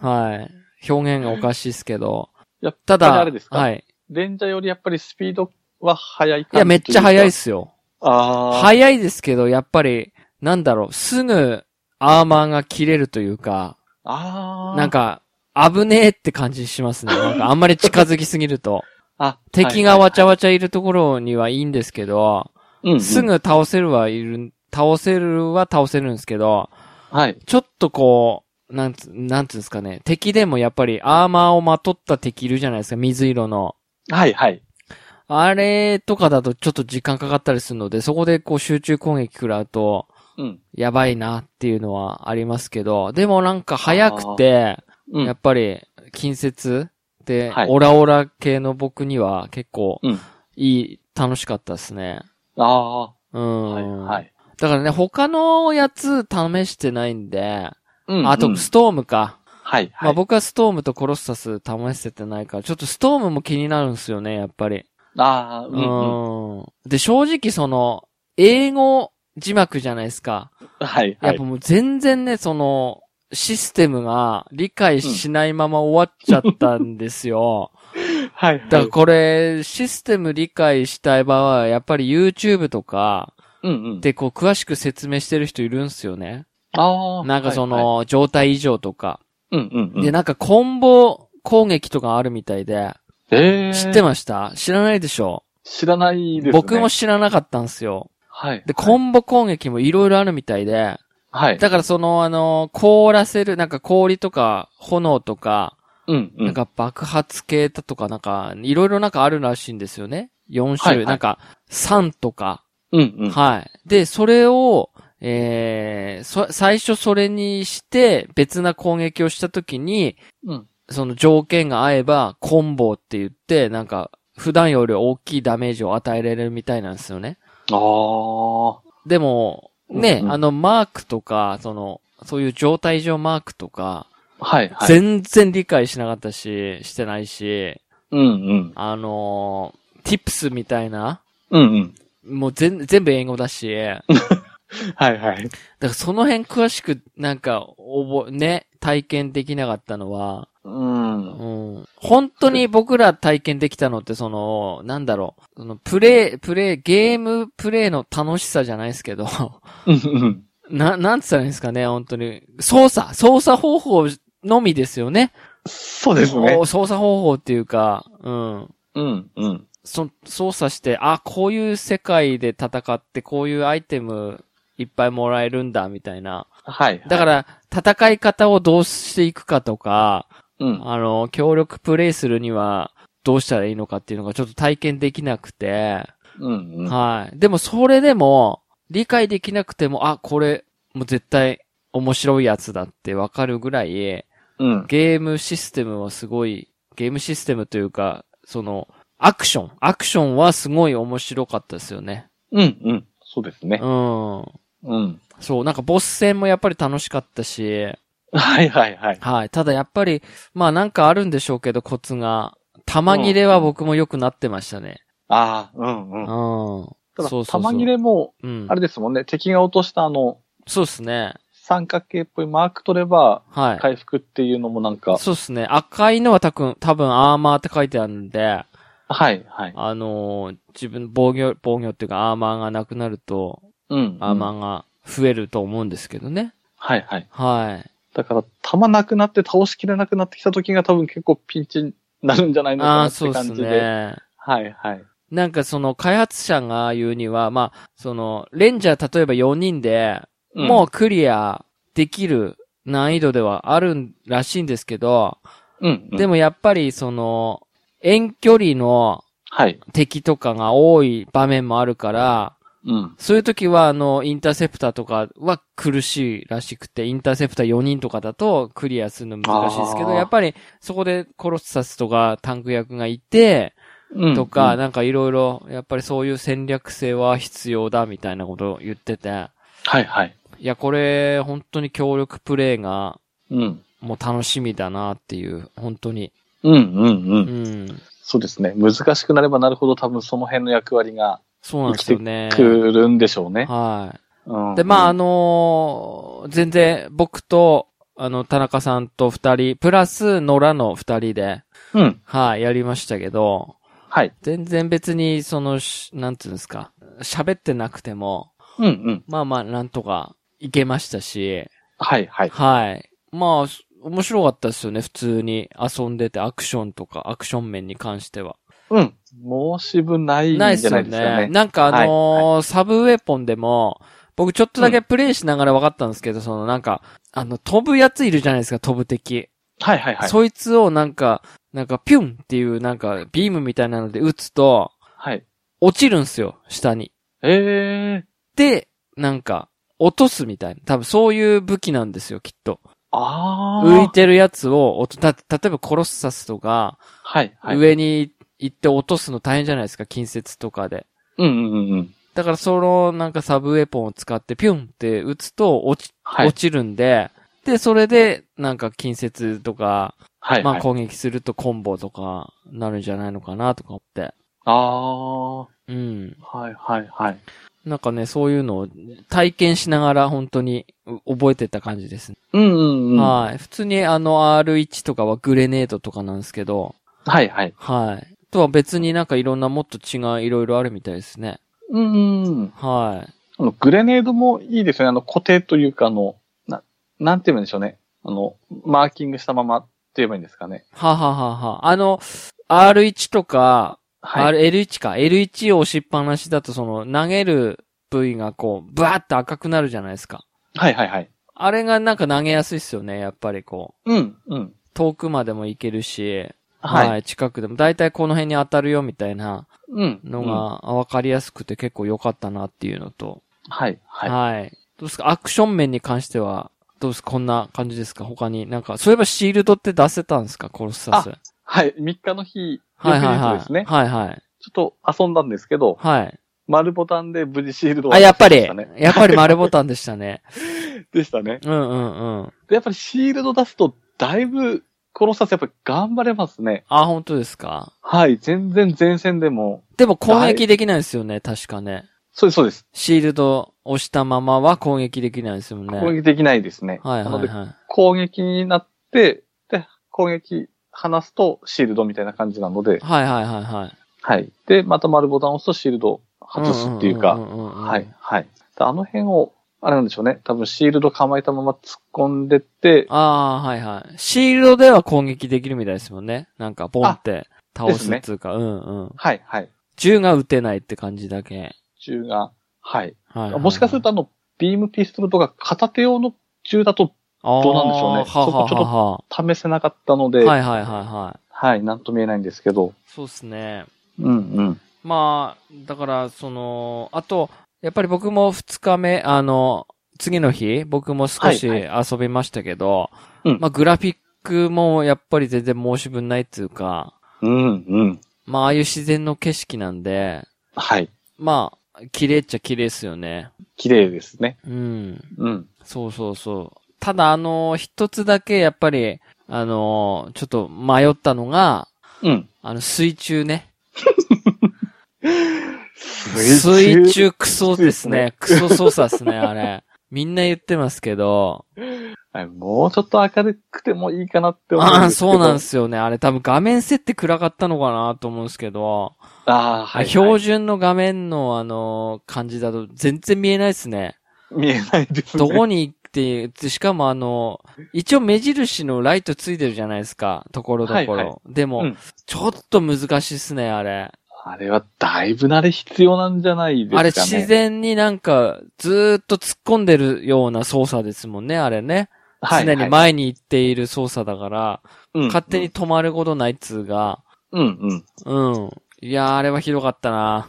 Speaker 1: はい。表現がおかしいですけど。
Speaker 2: やったぱり
Speaker 1: だ、
Speaker 2: あれですか、
Speaker 1: はい。
Speaker 2: レンジャーよりやっぱりスピードは速い感じ
Speaker 1: いや、めっちゃ速い
Speaker 2: で。
Speaker 1: ですすよ。
Speaker 2: ああ。
Speaker 1: 速いですけど、やっぱり、なんだろう、すぐアーマーが切れるというか、
Speaker 2: ああ。
Speaker 1: なん、か、危ねえって感じしますね。なんかあんまり近づきすぎる と。
Speaker 2: あ、
Speaker 1: 敵がわち
Speaker 2: ゃ、
Speaker 1: ゃわちゃいるところにはいいんですけど、
Speaker 2: うんうん
Speaker 1: す。ぐ倒せるはいる、倒せるは倒せるんですけど、
Speaker 2: はい。
Speaker 1: ちょっとこう、なんつ、なんつうんですかね、敵でもやっぱりアーマーをまとった敵いるじゃないですか、水色の。
Speaker 2: はいはい。
Speaker 1: あれとかだとちょっと時間かかったりするので、そこでこう集中攻撃食らうと、
Speaker 2: うん。
Speaker 1: やばいなっていうのはありますけど、でもなんか早くて、
Speaker 2: うん。
Speaker 1: やっぱり近接で、
Speaker 2: はい
Speaker 1: オラオラ系の僕には結構
Speaker 2: うん。
Speaker 1: いい、楽しかったですね。
Speaker 2: あ
Speaker 1: うん
Speaker 2: あ。。はいはい。
Speaker 1: だからね、他のやつ試してないんで、
Speaker 2: うん
Speaker 1: あ
Speaker 2: うん
Speaker 1: と、ストームか。
Speaker 2: はい
Speaker 1: ま
Speaker 2: は
Speaker 1: あ
Speaker 2: い。
Speaker 1: 僕はストームとコロッサス試しててないから、ちょっとストームも気になるんですよね、やっぱり。
Speaker 2: ああ、
Speaker 1: う
Speaker 2: うんうん。
Speaker 1: ん。で、正直その、英語字幕じゃないですか。
Speaker 2: はいは
Speaker 1: やっ
Speaker 2: い
Speaker 1: ぱ。もう全然ね、その、システムが理解しないまま終わっちゃったんですよ。
Speaker 2: はいはい。
Speaker 1: だからこれ、システム理解したい場合は、やっぱり YouTube とか、
Speaker 2: うんうん。
Speaker 1: でこう詳しく説明してる人いるんすよね。
Speaker 2: ああ。
Speaker 1: なんかそ
Speaker 2: はいはい、
Speaker 1: の、状態異常とか。
Speaker 2: うんうんう
Speaker 1: で、
Speaker 2: ん。
Speaker 1: なんかコンボ攻撃とかあるみたいで、
Speaker 2: ええ。
Speaker 1: 知ってました知らないでしょ
Speaker 2: 知らないですね。
Speaker 1: 僕も知らなかったんですよ。
Speaker 2: はい。
Speaker 1: で、コンボ攻撃もいろいろあるみたいで、
Speaker 2: はい。
Speaker 1: だからその、あの、凍らせる、なんか氷とか炎とか、
Speaker 2: うんうん。
Speaker 1: なんか爆発系だとか、なんか、いろいろなんかあるらしいんですよね。4種類、
Speaker 2: はいはい
Speaker 1: なんか、3とか、
Speaker 2: うんうん。
Speaker 1: はい。で、それを、えー、そ、最初それにして、別な攻撃をしたときに、
Speaker 2: うん
Speaker 1: その条件が合えば、コンボって言って、なんか、普段より大きいダメージを与えられるみたいなんですよね。
Speaker 2: ああ。
Speaker 1: でも、ね、
Speaker 2: うんうん
Speaker 1: あの、マークとか、その、そういう状態上マークとか、
Speaker 2: はい、はい。
Speaker 1: 全然理解しなかったし、してないし、
Speaker 2: うんうん。
Speaker 1: あのー、tips みたいな、
Speaker 2: うんうん。
Speaker 1: もう全、全部英語だし、だか
Speaker 2: はいはい。
Speaker 1: らその辺詳しく、なんか、覚え、ね、体験できなかったのは、
Speaker 2: うん。
Speaker 1: うん。本当に僕ら体験できたのって、その、なんだろう、その、プレイ、プレイ、ゲームプレイの楽しさじゃないですけど、
Speaker 2: うんうん。
Speaker 1: な、なんつったらいいんですかね、本当に。操作、操作方法のみですよね。
Speaker 2: そうですね
Speaker 1: お。操作方法っていうか、うん。
Speaker 2: うんうん。
Speaker 1: そ、操作して、あ、こういう世界で戦って、こういうアイテムいっぱいもらえるんだ、みたいな。
Speaker 2: はい。、
Speaker 1: だからら、戦い方をどうしていくかとか、
Speaker 2: うん。
Speaker 1: あの、協力プレイするには、どうしたらいいのかっていうのがちょっと体験できなくて、
Speaker 2: うんうん。
Speaker 1: はい。でも、それでも、理解できなくても、あ、これ、もう絶対、面白いやつだってわかるぐらい、
Speaker 2: うん。
Speaker 1: ゲームシステムはすごい、ゲームシステムというか、その、アクション。アクションはすごい面白かったですよね。
Speaker 2: うんうん。そうです
Speaker 1: う
Speaker 2: ね。
Speaker 1: ん。
Speaker 2: うん。
Speaker 1: そう、なんかボス戦もやっぱり楽しかったし、
Speaker 2: はいはいはい。
Speaker 1: はい。ただやっぱり、まあなんかあるんでしょうけど、コツが。玉切れは僕も良くなってましたね。
Speaker 2: ああ、うんう。
Speaker 1: うんん。
Speaker 2: ただ、
Speaker 1: そうそうそう
Speaker 2: 玉切れも、
Speaker 1: うん
Speaker 2: あ。れですもんね、敵が落としたあの、
Speaker 1: そうですね。
Speaker 2: 三角形っぽいマーク取れば、
Speaker 1: はい。
Speaker 2: 回復っていうのもなんか、
Speaker 1: そうですね。赤いのは多分、多分アーマーって書いてあるんで、
Speaker 2: はいはい。
Speaker 1: あのー自分防御、防御っていうかアーマーがなくなると、
Speaker 2: うん。
Speaker 1: アーマ
Speaker 2: うん
Speaker 1: ーが増えると思うんですけどね。
Speaker 2: はいはい。
Speaker 1: はい。
Speaker 2: だから、弾なくなって倒しきれなくなってきた時が多分結構ピンチになるんじゃないのか
Speaker 1: あ
Speaker 2: な
Speaker 1: あ、
Speaker 2: っ
Speaker 1: そ
Speaker 2: て
Speaker 1: うで
Speaker 2: 感
Speaker 1: す
Speaker 2: じで。
Speaker 1: ね。
Speaker 2: はいはい。
Speaker 1: なんかその開発者が言うには、まあ、その、レンジャー例えば4人で、
Speaker 2: うん
Speaker 1: もうクリアできる難易度ではあるらしいんですけど、
Speaker 2: うん、うん。
Speaker 1: でもやっぱりその、遠距離の
Speaker 2: はい。
Speaker 1: 敵とかが多い場面もあるから、
Speaker 2: うん。
Speaker 1: そういう時はあの、インターセプターとかは苦しいらしくて、インターセプター4人とかだとクリアするの難しいですけど、
Speaker 2: あー
Speaker 1: やっぱりそこでコロッサスとかタンク役がいて、
Speaker 2: うん。
Speaker 1: とか、
Speaker 2: うん
Speaker 1: なんかいろいろ、やっぱりそういう戦略性は必要だみたいなことを言ってて、
Speaker 2: はいはい。
Speaker 1: いや、これ、本当に協力プレイが、
Speaker 2: うん。
Speaker 1: もう楽しみだなっていう、本当に。
Speaker 2: うんうんう。
Speaker 1: うんん。
Speaker 2: そうですね。難しくなればなるほど多分その辺の役割が
Speaker 1: そうなんですよね。
Speaker 2: くるんでしょうね。
Speaker 1: は
Speaker 2: うん
Speaker 1: い。で、まあ、あ、のー全然、僕と、あの、田中さんと二人、プラス、野良の二人で、
Speaker 2: うん。
Speaker 1: はい、やりましたけど、
Speaker 2: はい。
Speaker 1: 全然別に、その、しなんていうんですか、喋ってなくても、
Speaker 2: うんうん。
Speaker 1: まあまあ、なんとか、いけましたし、
Speaker 2: はいはい。
Speaker 1: はい。まあ、す面白かったですよね、普通に。遊んでて、アクションとか、アクション面に関しては。
Speaker 2: うん。申し分ないんじゃ
Speaker 1: な
Speaker 2: ないい
Speaker 1: っ
Speaker 2: ですす
Speaker 1: よ
Speaker 2: か
Speaker 1: ね。
Speaker 2: ね。
Speaker 1: なんかあのー
Speaker 2: は
Speaker 1: サブウェポンでも、僕ちょっとだけプレイしながら分かったんですけど、そのなんか、あの、飛ぶやついるじゃないですか、飛ぶ敵。
Speaker 2: はいはいはい。
Speaker 1: そいつをなんか、なんかピュンっていうなんか、ビームみたいなので撃つと、
Speaker 2: はい。
Speaker 1: 落ちるんすよ、下に。
Speaker 2: ええー。
Speaker 1: で、なんか、落とすみたいな。多分そういう武器なんですよ、きっと。
Speaker 2: ああ。
Speaker 1: 浮い。てるやつを落と、た、例えばコロッサスとか、
Speaker 2: はいはい。。
Speaker 1: 上に行って落とすの大変じゃないですか、近接とかで。
Speaker 2: うんうんうんうん。
Speaker 1: だからそのなんかサブウェポンを使ってピュンって打つと落ち、
Speaker 2: はい
Speaker 1: 落ちるんで、で、それでなんか近接とか、
Speaker 2: はい。
Speaker 1: まあ
Speaker 2: はい、
Speaker 1: 攻撃するとコンボとかなるんじゃないのかなとか思って。
Speaker 2: あ
Speaker 1: うん。
Speaker 2: あ。はいはいはい。
Speaker 1: なんかね、そういうのを体験しながら本当にう覚えてった感じですね。
Speaker 2: うんうんうん。は
Speaker 1: はい。普通にあの R1 とかはグレネードとかなんですけど、
Speaker 2: いはい。
Speaker 1: はい。とは別になんかいろんなもっと違ういろいろあるみたいですね。
Speaker 2: うんうんうん。
Speaker 1: はい。
Speaker 2: あの、グレネードもいいですよね。あの、固定というか、あの、な、なんて言うんでしょうね。あの、マーキングしたままって言えばいいんですかね。
Speaker 1: はははは。あの、R1 とか、
Speaker 2: はい。
Speaker 1: R1 か、L1 を押しっぱなしだと、その、投げる部位がこう、ブワーって赤くなるじゃないですか。
Speaker 2: はいはいはい。
Speaker 1: あれがなんか投げやすいっすよね、やっぱりこう。
Speaker 2: うん、うん。
Speaker 1: 遠くまでも行けるし、
Speaker 2: はい。
Speaker 1: 近くでも、だいたいこの辺に当たるよみたいな
Speaker 2: うん。
Speaker 1: の
Speaker 2: うん
Speaker 1: が、わかりやすくて結構良かったなっていうのと。
Speaker 2: はいはい。
Speaker 1: どうですかアクション面に関しては、どうですかこんな感じですか他に。なんか、そういえばシールドって出せたんですかコロッサス。
Speaker 2: はい。3日の日、
Speaker 1: はいはい
Speaker 2: 翌
Speaker 1: は
Speaker 2: 日
Speaker 1: い。
Speaker 2: ですね。
Speaker 1: はいはい。
Speaker 2: ちょっと遊んだんですけど、
Speaker 1: はい。
Speaker 2: 丸ボタンで無事シールドを
Speaker 1: あ、やっぱり
Speaker 2: 渡しましたね、
Speaker 1: やっぱり丸ボタンでしたね。
Speaker 2: でしたね。
Speaker 1: うんうんうん。
Speaker 2: で、やっぱりシールド出すと、だいぶ、このシャツやっぱり頑張れますね。
Speaker 1: あ、本当ですか
Speaker 2: はい。全然前線でも、
Speaker 1: でも攻撃できないですよね、確かね。
Speaker 2: そうです、そうです。
Speaker 1: シールド押したままは攻撃できないですよね。
Speaker 2: 攻撃できないですね。
Speaker 1: はい
Speaker 2: な
Speaker 1: は
Speaker 2: の
Speaker 1: い
Speaker 2: で、
Speaker 1: はい。
Speaker 2: 攻撃になって、で、攻撃離すとシールドみたいな感じなので、
Speaker 1: はいはいはいはい。
Speaker 2: はい。で、また丸ボタンを押すとシールド外すっていうか、
Speaker 1: んんうんうん
Speaker 2: はい。、はい。であの辺を、あれなんでしょうね。多分シールド構えたまま突っ込んでって、
Speaker 1: ああー、はいはい。シールドでは攻撃できるみたいですもんね。なんか、ボンって倒すっていうか、うんうん。
Speaker 2: はい、はい。
Speaker 1: 銃が撃てないって感じだけ。
Speaker 2: 銃が、はい。
Speaker 1: はいはい、
Speaker 2: もしかするとあの、ビームピストルとか片手用の銃だと
Speaker 1: と
Speaker 2: どうなんでしょう
Speaker 1: はあ
Speaker 2: ね
Speaker 1: はあ
Speaker 2: そこちょっ
Speaker 1: は
Speaker 2: 試せなかったの
Speaker 1: あ
Speaker 2: で、
Speaker 1: はあ。は
Speaker 2: はいい、
Speaker 1: はいはいはい。
Speaker 2: なんとも言えないんですけど、
Speaker 1: そうですね。
Speaker 2: うん、うん。
Speaker 1: まあ、だから、その、あと、やっぱり僕も二日目、あの、次の日、僕も少し
Speaker 2: はい
Speaker 1: 遊びましたけど、
Speaker 2: うん
Speaker 1: まあ、グラフィックもやっぱり全然申し分ないっていうか、
Speaker 2: うん、うん。
Speaker 1: まあ、ああいう自然の景色なんで、
Speaker 2: はい。
Speaker 1: まあ、綺麗っちゃ綺麗ですよね。
Speaker 2: 綺麗ですね。
Speaker 1: うん。
Speaker 2: うん。
Speaker 1: そうそうそう。ただ、あの、一つだけやっぱり、あの、ちょっと迷ったのが、
Speaker 2: うん。
Speaker 1: あの、水中ね。
Speaker 2: 水
Speaker 1: 水中クソですね。
Speaker 2: 水
Speaker 1: クソ操作ですね、あれ。みんな言ってますけど。
Speaker 2: はいもうちょっと明るくてもいいかなって思うん
Speaker 1: ああ、
Speaker 2: ですけど。。
Speaker 1: そうなんですすよね。あれ多分画面設定暗かったのかなと思うんですけど。
Speaker 2: ああ、はい、
Speaker 1: 標
Speaker 2: はい。
Speaker 1: 準の画面のあの、感じだと全然見えないですね。
Speaker 2: 見えないですね。
Speaker 1: どこに行って、でしかもあの、一応目印のライトついてるじゃないですか。ところどころ。
Speaker 2: はいは
Speaker 1: でも、
Speaker 2: うん
Speaker 1: ちょっと難しいですね、あれ。
Speaker 2: あれはだいぶ慣れ必要なんじゃないですかね。
Speaker 1: あれ自然になんか、ずーっと突っ込んでるような操作ですもんね、あれね。
Speaker 2: はい
Speaker 1: 常に前に行っている操作だから、
Speaker 2: はい
Speaker 1: 勝手に。止まることないっつうが、
Speaker 2: うん、うん。
Speaker 1: うん。いやー、あれはひどかった な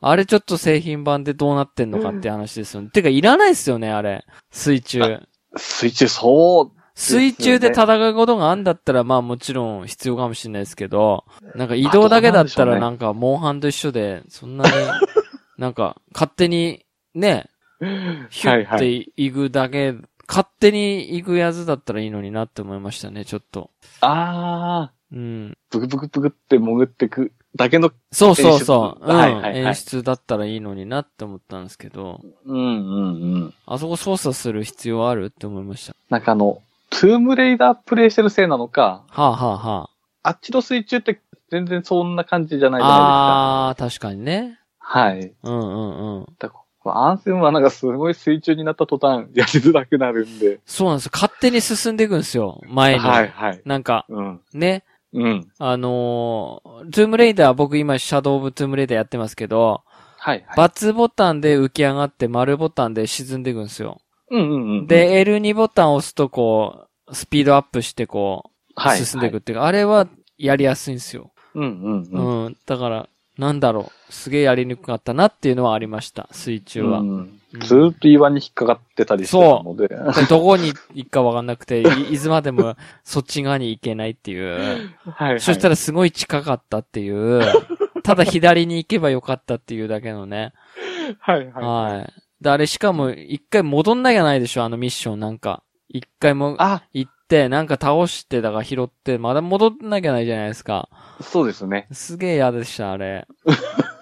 Speaker 1: あれちょっと製品版でどうなってんのかって話ですよね。てか、いらないっすよね、あれ。水中。
Speaker 2: 水中、そ
Speaker 1: 水中で戦うことがあんだったら、まあもちろん必要かもしれないですけど、なんか移動だけだった
Speaker 2: あ
Speaker 1: ら
Speaker 2: どう
Speaker 1: な
Speaker 2: なん
Speaker 1: か、モンハンと一緒で、そんなに、なんか、勝手に、ね、ヒュッ
Speaker 2: はいは
Speaker 1: て行くだけ、勝手に行くやつだったらいいのになって思いましたね、ちょっと。
Speaker 2: う。ああ、
Speaker 1: うん。
Speaker 2: ブクブクブクって潜ってくだけの、
Speaker 1: そうそうそう。
Speaker 2: 演出はい
Speaker 1: うん
Speaker 2: はいはい
Speaker 1: 演出だったらいいのになって思ったんですけど、
Speaker 2: うん、うん、うん。
Speaker 1: あそこ操作する必要あるって思いました。
Speaker 2: なんかあの、トゥームレイダープレイしてるせいなのか、
Speaker 1: はあはあは
Speaker 2: あっちの水中って全然そんな感じじゃないじゃな
Speaker 1: あ。あー、確かにね。
Speaker 2: いですか。はい。
Speaker 1: うんうんうん。
Speaker 2: だからアンセムはなんかすごい水中になった途端、やりづらくなるんで。
Speaker 1: そうなんですよ。勝手に進んでいくんですよ。前に。
Speaker 2: はい、はい。
Speaker 1: なんか、
Speaker 2: うん。
Speaker 1: ね。
Speaker 2: うん。
Speaker 1: あのー、トゥームレイダー、僕今、シャドウオブトゥームレイダーやってますけど、
Speaker 2: はい、はい。
Speaker 1: バツボタンで浮き上がって、丸ボタンで沈んでいくんですよ。
Speaker 2: うん、うん、うん。、
Speaker 1: で、L2 ボタンを押すと、こう、スピードアップして、こう、進んでいくっ。ていうか、あれはやりやすいんですよ。
Speaker 2: うん、うん、うん。
Speaker 1: うん。だから、なんだろう。すげえやりにくかったなっていうのはありました、水中は
Speaker 2: う。んずーっと岩に引っかかってたりしてたので。
Speaker 1: でどこに行くかわかんなくて、いいつまでもそっち側に行けないっていう。
Speaker 2: はい、はい。
Speaker 1: そした
Speaker 2: ら、
Speaker 1: らすごい近かったって いう、ただ左に行けばよかったっていうだけのね。
Speaker 2: はい、はい。
Speaker 1: はい。で、あれしかも一回戻んなきゃないでしょ、あのミッションなんか。一回も
Speaker 2: あ、
Speaker 1: 行って、なんか倒して、だから拾って、まだ戻んなきゃないじゃないですか。
Speaker 2: そうですね。
Speaker 1: すげえ嫌でした、あれ。っ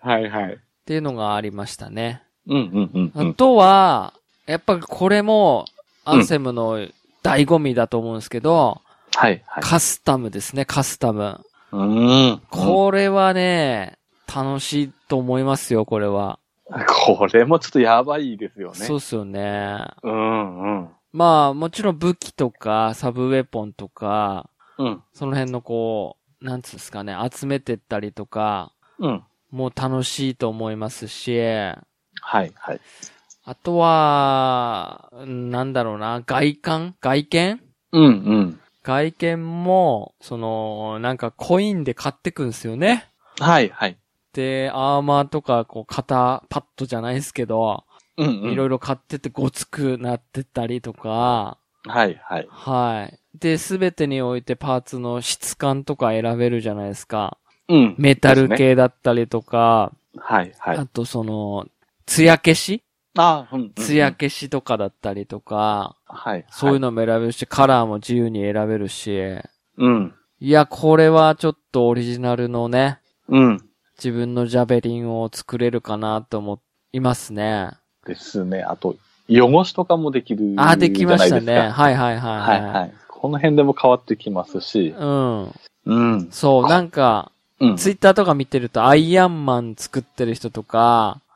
Speaker 2: はい、はい。
Speaker 1: ていうのがありましたね。
Speaker 2: うん、うん、う
Speaker 1: あ
Speaker 2: ん。
Speaker 1: とは、やっぱこれも、アンセムの醍醐味だと思うんですけど、
Speaker 2: はい、はい。
Speaker 1: カスタムですね、カスタム。
Speaker 2: うーん。こ
Speaker 1: これはね、楽しいと思いますよ、これは。
Speaker 2: これもちょっとやばいですよね。
Speaker 1: そうっすよね。
Speaker 2: うん、うん。
Speaker 1: まあ、もちろん武器とか、サブウェポンとか、
Speaker 2: うん、
Speaker 1: その辺のこう、なんつうんですかね、集めてったりとか、
Speaker 2: うん。
Speaker 1: もう楽しいと思いますし、
Speaker 2: はい、はい。
Speaker 1: あとは、なんだろうな、外観外見
Speaker 2: うん、うん。
Speaker 1: 外見も、その、なんかコインで買ってくんですよね。
Speaker 2: はい、はい。
Speaker 1: で、アーマーとか、こう、肩、パッドじゃないですけど、
Speaker 2: うん、うん。
Speaker 1: いろいろ買ってってごつくなってったりとか、
Speaker 2: はい、はい。
Speaker 1: はい。で、すべてにおいてパーツの質感とか選べるじゃないですか。
Speaker 2: うん。
Speaker 1: メタル
Speaker 2: ですね。
Speaker 1: 系だったりとか、
Speaker 2: はい、はい
Speaker 1: あ。とその、艶消し
Speaker 2: ああ、うん。
Speaker 1: 艶消しとかだったりとか、
Speaker 2: はい。
Speaker 1: そういう
Speaker 2: の。
Speaker 1: のも選べるし、カラーも自由に選べるし、
Speaker 2: うん。
Speaker 1: いや、これはちょっとオリジナルのね、
Speaker 2: うん。
Speaker 1: 自分のジャベリンを作れるかなと思いますね。
Speaker 2: ですね。あと、汚しとかもできる。
Speaker 1: あ、できました
Speaker 2: じ
Speaker 1: ね。
Speaker 2: ゃないです
Speaker 1: はいはいはい、
Speaker 2: かはいはい。この辺でも変わってきますし。
Speaker 1: うん。
Speaker 2: うん。
Speaker 1: そう、なんか、
Speaker 2: うん。
Speaker 1: ツイッターとか見てると、アイアンマン作ってる人とか、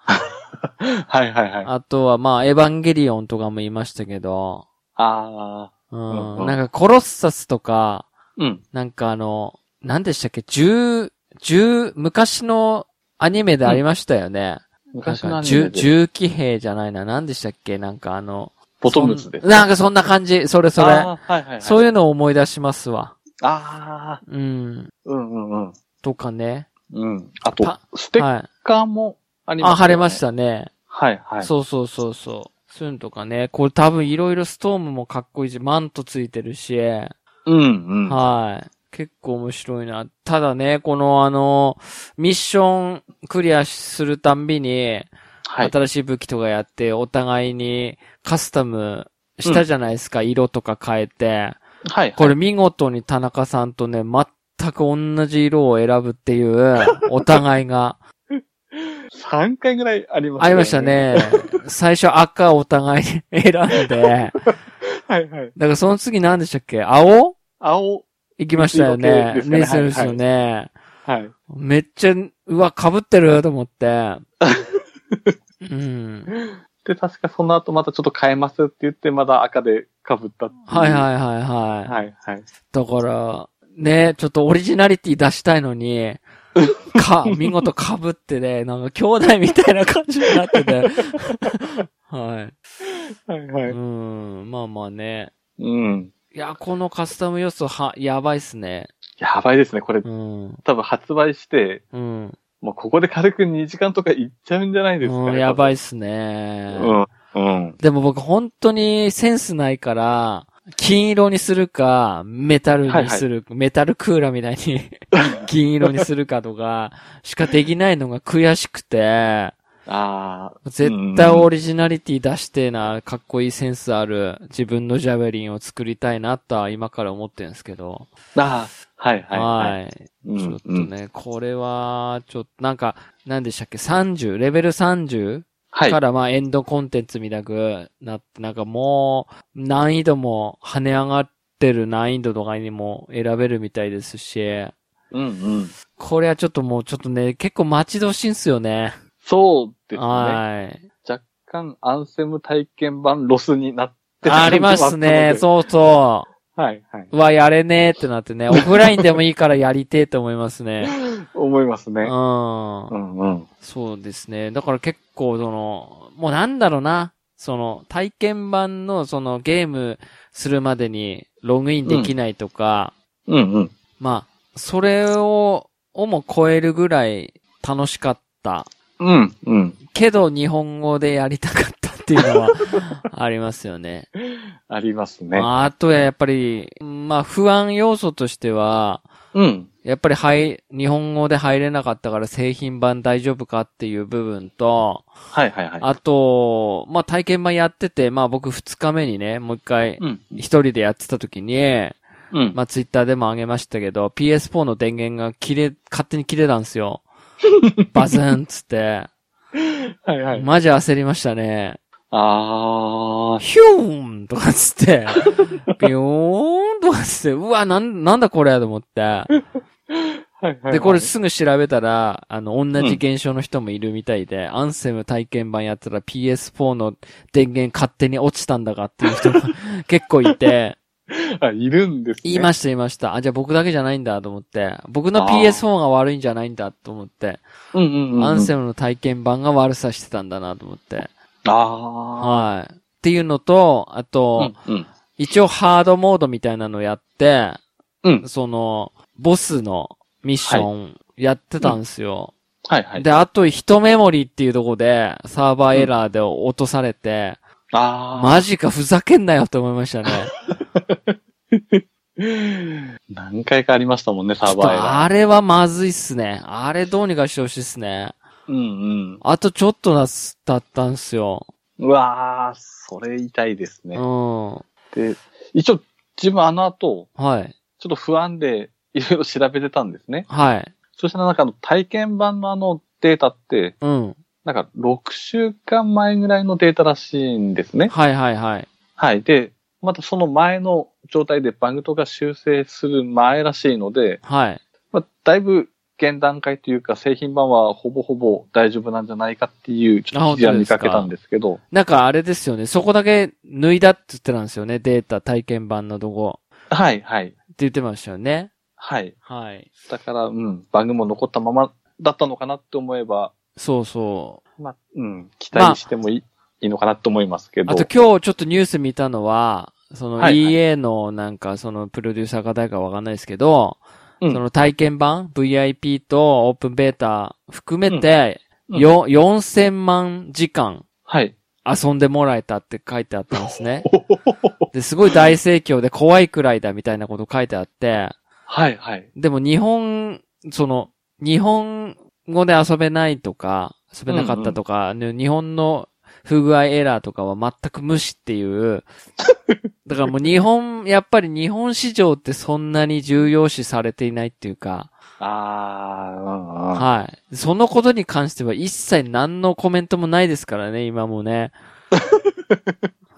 Speaker 2: はいはいはい。あ
Speaker 1: あとはまあ、エヴァンゲリオンとかも言いましたけど、
Speaker 2: あ
Speaker 1: う。
Speaker 2: うんうんん
Speaker 1: なんか、コロッサスとか、
Speaker 2: ー。うん。
Speaker 1: なんかあの、何でしたっけ十、十、昔のアニメでありましたよね。
Speaker 2: 昔のアニ
Speaker 1: なんか十、
Speaker 2: メで。
Speaker 1: 十騎兵じゃないな。何でしたっけなんかあの、
Speaker 2: ボトムズです。
Speaker 1: そんなんかそんな感じ。それそれ。
Speaker 2: あーはいはいはい。
Speaker 1: そういうのを思い出しますわ。
Speaker 2: ああ。
Speaker 1: うん。
Speaker 2: うんうんうん。
Speaker 1: とかね。
Speaker 2: うん。あと
Speaker 1: パ、
Speaker 2: ステッ
Speaker 1: はい。
Speaker 2: カーもあります、
Speaker 1: あ、貼れまし。たね。
Speaker 2: はいはい。
Speaker 1: そうそうそうそう。そういうのとかね。これ多分いろいろストームもかっこいいし、マントついてるし。
Speaker 2: うんうん。
Speaker 1: はい。結構面白いな。ただね、このあの、ミッションクリアするたんびに、
Speaker 2: はい。
Speaker 1: 新しい武器とかやって、お互いにカスタムしたじゃないですか、色とか変えて。
Speaker 2: はい。
Speaker 1: これ見事に田中さんとね、全く同じ色を選ぶっていう、 お互いが。
Speaker 2: 3回ぐらいありました、
Speaker 1: ありました。ね。最初赤お互いに選んで、
Speaker 2: はいはい。
Speaker 1: だからその次何でしたっけ青
Speaker 2: 青。
Speaker 1: 行きましたよね。
Speaker 2: 緑系
Speaker 1: レ
Speaker 2: で
Speaker 1: ー
Speaker 2: す
Speaker 1: ス
Speaker 2: かね
Speaker 1: ですよね。
Speaker 2: はい。
Speaker 1: めっちゃ、うわ、被ってると思 って。うん。
Speaker 2: で、確かその後またちょっと変えますって言って、まだ赤で被ったっていう
Speaker 1: はいはいはいはい。
Speaker 2: はいはい。
Speaker 1: だから、ね、ちょっとオリジナリティ出したいの に、か、見事被ってね、なんか兄弟みたいな感じになってて。 は
Speaker 2: はい
Speaker 1: い。
Speaker 2: は
Speaker 1: う
Speaker 2: い。
Speaker 1: ん、まあまあね。
Speaker 2: うん。
Speaker 1: いや、このカスタム要素は、やばいっすね。
Speaker 2: やばいですね。これ
Speaker 1: うん。
Speaker 2: 多分発売して、
Speaker 1: うん。
Speaker 2: もうここで軽く2時間とかいっちゃうんじゃないですか、
Speaker 1: う
Speaker 2: ね
Speaker 1: ん、やば
Speaker 2: い。
Speaker 1: いっす
Speaker 2: う
Speaker 1: ね。
Speaker 2: ん。うん。
Speaker 1: でも僕本当にセンスないから、金色にするか、メタルにする、メタルクーラーみたい に銀色にするかとか、しかできないのが悔しくて、
Speaker 2: ああ。
Speaker 1: 絶対オリジナリティ出してえな、かっこいいセンスある自分のジャベリンを作りたいなとは今から思ってるんですけど。
Speaker 2: ああ。はいはいはい。
Speaker 1: い
Speaker 2: うん
Speaker 1: ちょっと
Speaker 2: うん。
Speaker 1: ね、これは、ちょっと、なんか、なんでしたっけ、30、レベル 30?
Speaker 2: はい
Speaker 1: か。らまあエンドコンテンツみたくなって、なんかもう難易度も跳ね上がってる難易度とかにも選べるみたいですし、
Speaker 2: うんうん。
Speaker 1: これはちょっともうちょっとね、結構待ち遠しいんすよね。
Speaker 2: そうですね。
Speaker 1: はい。
Speaker 2: 若干アンセム体験版ロスになって
Speaker 1: ありますね。
Speaker 2: う。
Speaker 1: そうそ
Speaker 2: はいはい。
Speaker 1: う。うわ、やれねえってなってね。オフラインでもいいからやりてえと思います ね。
Speaker 2: 思います
Speaker 1: う
Speaker 2: ね。
Speaker 1: ん
Speaker 2: う。んうん。
Speaker 1: そうですね。だから結構その、もうなんだろうな。その、体験版のそのゲームするまでにログインできないとか、
Speaker 2: うんうん。
Speaker 1: まあ、それを、をも超えるぐらい楽しかった。
Speaker 2: うんうん。
Speaker 1: けど日本語でやりたかったっていうの はありますよね。
Speaker 2: ありますね。
Speaker 1: まあ、あとはやっぱり、まあ不安要素としては、
Speaker 2: うん。
Speaker 1: やっぱり入、日本語で入れなかったから製品版大丈夫かっていう部分と、
Speaker 2: はいはいはい。
Speaker 1: あと、まあ、体験版やってて、まあ、僕二日目にね、もう一回、
Speaker 2: うん。
Speaker 1: 一人でやってた時に、
Speaker 2: うん。
Speaker 1: まあ、ツイッターでも上げましたけど、PS4 の電源が切れ、勝手に切れたんですよ。バズーンっつって。
Speaker 2: はいはい。
Speaker 1: マジ焦りましたね。
Speaker 2: あー。
Speaker 1: ヒューンとかっつ って、ビヨーンとかっつって、うわ、なん、なんだこれやと思って。
Speaker 2: はいはいはい。
Speaker 1: で、これすぐ調べたら、あの、同じ現象の人もいるみたいで、アンセム体験版やったら PS4 の電源勝手に落ちたんだかっていう人も 結構いて、
Speaker 2: あ、いるんですね。
Speaker 1: 言いました言いました。あ、じゃあ僕だけじゃないんだと思って、僕の PS4 が悪いんじゃないんだと思って、
Speaker 2: うんうんうん。
Speaker 1: アンセ
Speaker 2: ム。
Speaker 1: ムの体験版が悪さしてたんだなと思って、
Speaker 2: あ
Speaker 1: はい。っていうのと、あ
Speaker 2: ー。
Speaker 1: と、
Speaker 2: うんうん。
Speaker 1: 一応ハードモードみたいなのやって、
Speaker 2: うん
Speaker 1: その、ボスのミッションやってたんですよ。
Speaker 2: はいはい。
Speaker 1: で、あと一メモリーっていうとこで、サーバーエラーで落とされて、
Speaker 2: あ
Speaker 1: マジかふざけんなよって思いましたね。
Speaker 2: ー。何回かありましたもんね、 サ
Speaker 1: ちょ
Speaker 2: ー
Speaker 1: っ
Speaker 2: バー
Speaker 1: と
Speaker 2: エラー。
Speaker 1: あれはまずいっすね。あれどうにかしてほしいっすね。
Speaker 2: うんうん。
Speaker 1: あとちょっとだっすだったんすよ。
Speaker 2: うわー、それ痛いですね
Speaker 1: う。ん。は
Speaker 2: で、一応、自分あの後、
Speaker 1: い。
Speaker 2: ちょっと不安でいろいろ調べてたんですね。
Speaker 1: はい。
Speaker 2: そしたらなんかあの体験版のあのデータって、
Speaker 1: うん。
Speaker 2: なんか6週間前ぐらいのデータらしいんですね。
Speaker 1: はいはいはい。
Speaker 2: はい。で、またその前の状態でバグとか修正する前らしいので、
Speaker 1: はい。
Speaker 2: まあ、だいぶ現段階というか製品版はほぼほぼ大丈夫なんじゃないかっていうちょっと記事は見かけたんですけど、
Speaker 1: なんかあれですよね。そこだけ抜いだって言ってたんですよね。データ体験版のとこ。
Speaker 2: はいはい。
Speaker 1: って言ってましたよね。
Speaker 2: はい。
Speaker 1: はい。
Speaker 2: だから、うん、バグも残ったままだったのかなって思えば、
Speaker 1: そうそ
Speaker 2: まあ、うん、期待してもいい,、いいのかなって思いますけ
Speaker 1: う。
Speaker 2: ど。
Speaker 1: あと今日ちょっとニュース見たのは、その
Speaker 2: はいはい
Speaker 1: EA のなんかそのプロデューサーか誰かわかんないですけど、
Speaker 2: うん
Speaker 1: その体験版 VIP とオープンベータ含めて、
Speaker 2: うん
Speaker 1: よ、4000万時間
Speaker 2: はい。
Speaker 1: 遊んでもらえたって書いてあったんです ね。ですごい大盛況で怖いくらいだみたいなこと書いてあって、
Speaker 2: はい、はい。
Speaker 1: でも日本、その、日本語で遊べないとか、遊べなかったとか、ね日本の不具合エラーとかは全く無視っていう。 だからもう日本、やっぱり日本市場ってそんなに重要視されていないっていうか、
Speaker 2: あー、うんうん
Speaker 1: はい。そのことに関しては一切何のコメントもないですからね、今も ね。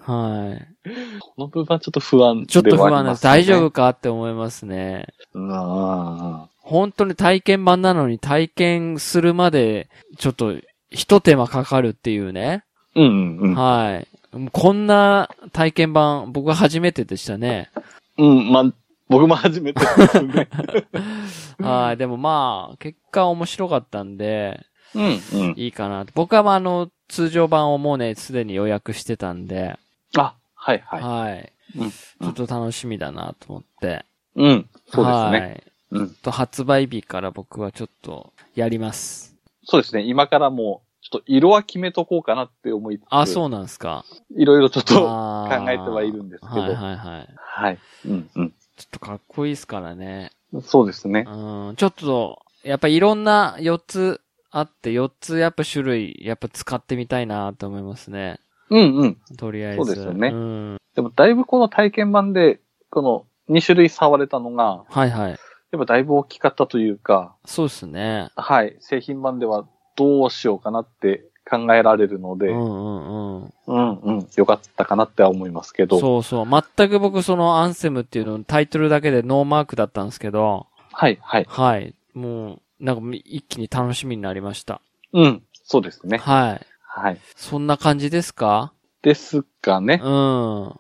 Speaker 1: はい。
Speaker 2: この部分はちょっと不安
Speaker 1: ちょっと不安
Speaker 2: で
Speaker 1: で
Speaker 2: は
Speaker 1: す。大丈
Speaker 2: 夫
Speaker 1: 夫かって思いますね。
Speaker 2: うんうんうん
Speaker 1: 本当に体験版なのに体験するまで、ちょっと、一手間かかるっていうね。
Speaker 2: うんうんうん。
Speaker 1: はい。もうこんな体験版、僕は初めてでしたね。
Speaker 2: うん、まあ、僕も初めてで すね。
Speaker 1: はい。でもまあ、結果面白かったんで、
Speaker 2: うん、うん。
Speaker 1: いいかなと。僕はまあ、あの、通常版をもうね、すでに予約してたんで、
Speaker 2: あ、はい、
Speaker 1: はい。
Speaker 2: はうん
Speaker 1: ちょっと楽しみだなと思って。
Speaker 2: い。うん、そうですね。
Speaker 1: はい。
Speaker 2: うん。
Speaker 1: と発売日から僕はちょっと、やります。
Speaker 2: そうですね。今からもう、ちょっと色は決めとこうかなって思いつつ、
Speaker 1: あ、そうなんですか。
Speaker 2: いろいろちょっと
Speaker 1: 考
Speaker 2: 考えてはいるんですけど。
Speaker 1: はいはいはい。
Speaker 2: はい。うん、うん。
Speaker 1: ちょっとかっこいいですからね。
Speaker 2: そうですね。
Speaker 1: うん、ちょっと、やっぱいろんな4つあって、4つやっぱ種類、やっぱ使ってみたいなと思いますね。
Speaker 2: うん、うん。
Speaker 1: とりあえず。
Speaker 2: そうですよね
Speaker 1: ん。
Speaker 2: でもだいぶこの体験版で、この2種類触れたのが、
Speaker 1: はいはい。
Speaker 2: やっぱだいぶ大きかったというか、
Speaker 1: そうですね。
Speaker 2: はい、製品版ではどうしようかなって考えられるの
Speaker 1: う
Speaker 2: で、
Speaker 1: ん
Speaker 2: うん、
Speaker 1: うんうん。
Speaker 2: うん、よかったかなっては思いますけど、
Speaker 1: そうそう。全く僕そのアンセムっていうのタイトルだけでノーマークだったんですけど、
Speaker 2: はい、はい。
Speaker 1: はい。もう、なんか一気に楽しみになりました。
Speaker 2: うん、そうですね。
Speaker 1: はい。
Speaker 2: はい。
Speaker 1: そんな感じですか
Speaker 2: ですがね、
Speaker 1: うん。
Speaker 2: う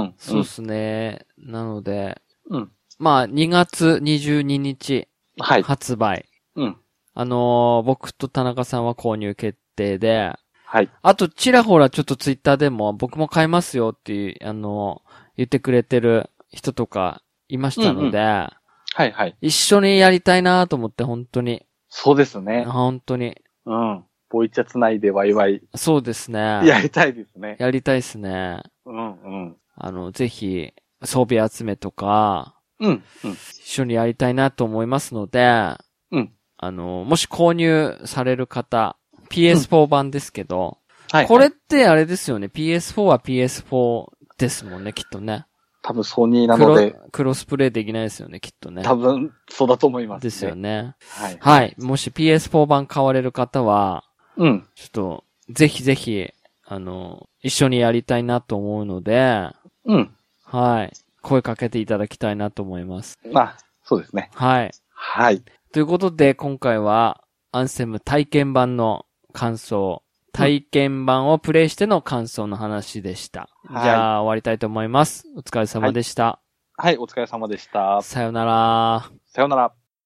Speaker 2: ん、
Speaker 1: そうですね。なので、
Speaker 2: うん、
Speaker 1: まあ、2月22日
Speaker 2: うん、はい、
Speaker 1: 発売。
Speaker 2: うん、
Speaker 1: あのー僕と田中さんは購入決定で、
Speaker 2: はい、
Speaker 1: あと、ちらほらちょっとツイッターでも、僕も買いますよっていう、あのー言ってくれてる人とかいましたので、
Speaker 2: はい、はい。
Speaker 1: 一緒にやりたいなと思って、本当に。
Speaker 2: そうですね。
Speaker 1: 本当に。
Speaker 2: うん。ボイチャつないでワイワイ
Speaker 1: そうですね。
Speaker 2: やりたいですね。
Speaker 1: やりたいですね。
Speaker 2: うん、うん。
Speaker 1: あの、ぜひ、装備集めとか、
Speaker 2: うん、うん。
Speaker 1: 一緒にやりたいなと思いますので、
Speaker 2: うん
Speaker 1: あの、もし購入される方、PS4 版ですけど、
Speaker 2: はい。
Speaker 1: これってあれですよね。PS4 は PS4 ですもんね、きっとね。
Speaker 2: 多分ソニーな
Speaker 1: ク
Speaker 2: の
Speaker 1: ロ
Speaker 2: で、
Speaker 1: クロスプレイできないですよね、きっとね。
Speaker 2: 多分そうだと思います、ね。
Speaker 1: ですよね。
Speaker 2: はい。
Speaker 1: はい。もし PS4 版買われる方は、
Speaker 2: うん。
Speaker 1: ちょっと、ぜひぜひ、あの、一緒にやりたいなと思うので、
Speaker 2: うん。
Speaker 1: はい。声かけていただきたいなと思います。
Speaker 2: まあ、そうですね。
Speaker 1: はい。
Speaker 2: はい。
Speaker 1: ということで、今回は、アンセム体験版の感想、体験版をプレイしての感想の話でした。
Speaker 2: はい
Speaker 1: じゃあ、終わりたいと思います。お疲れ様でした。
Speaker 2: はい、お疲れ様でした。
Speaker 1: さよなら。
Speaker 2: さようなら。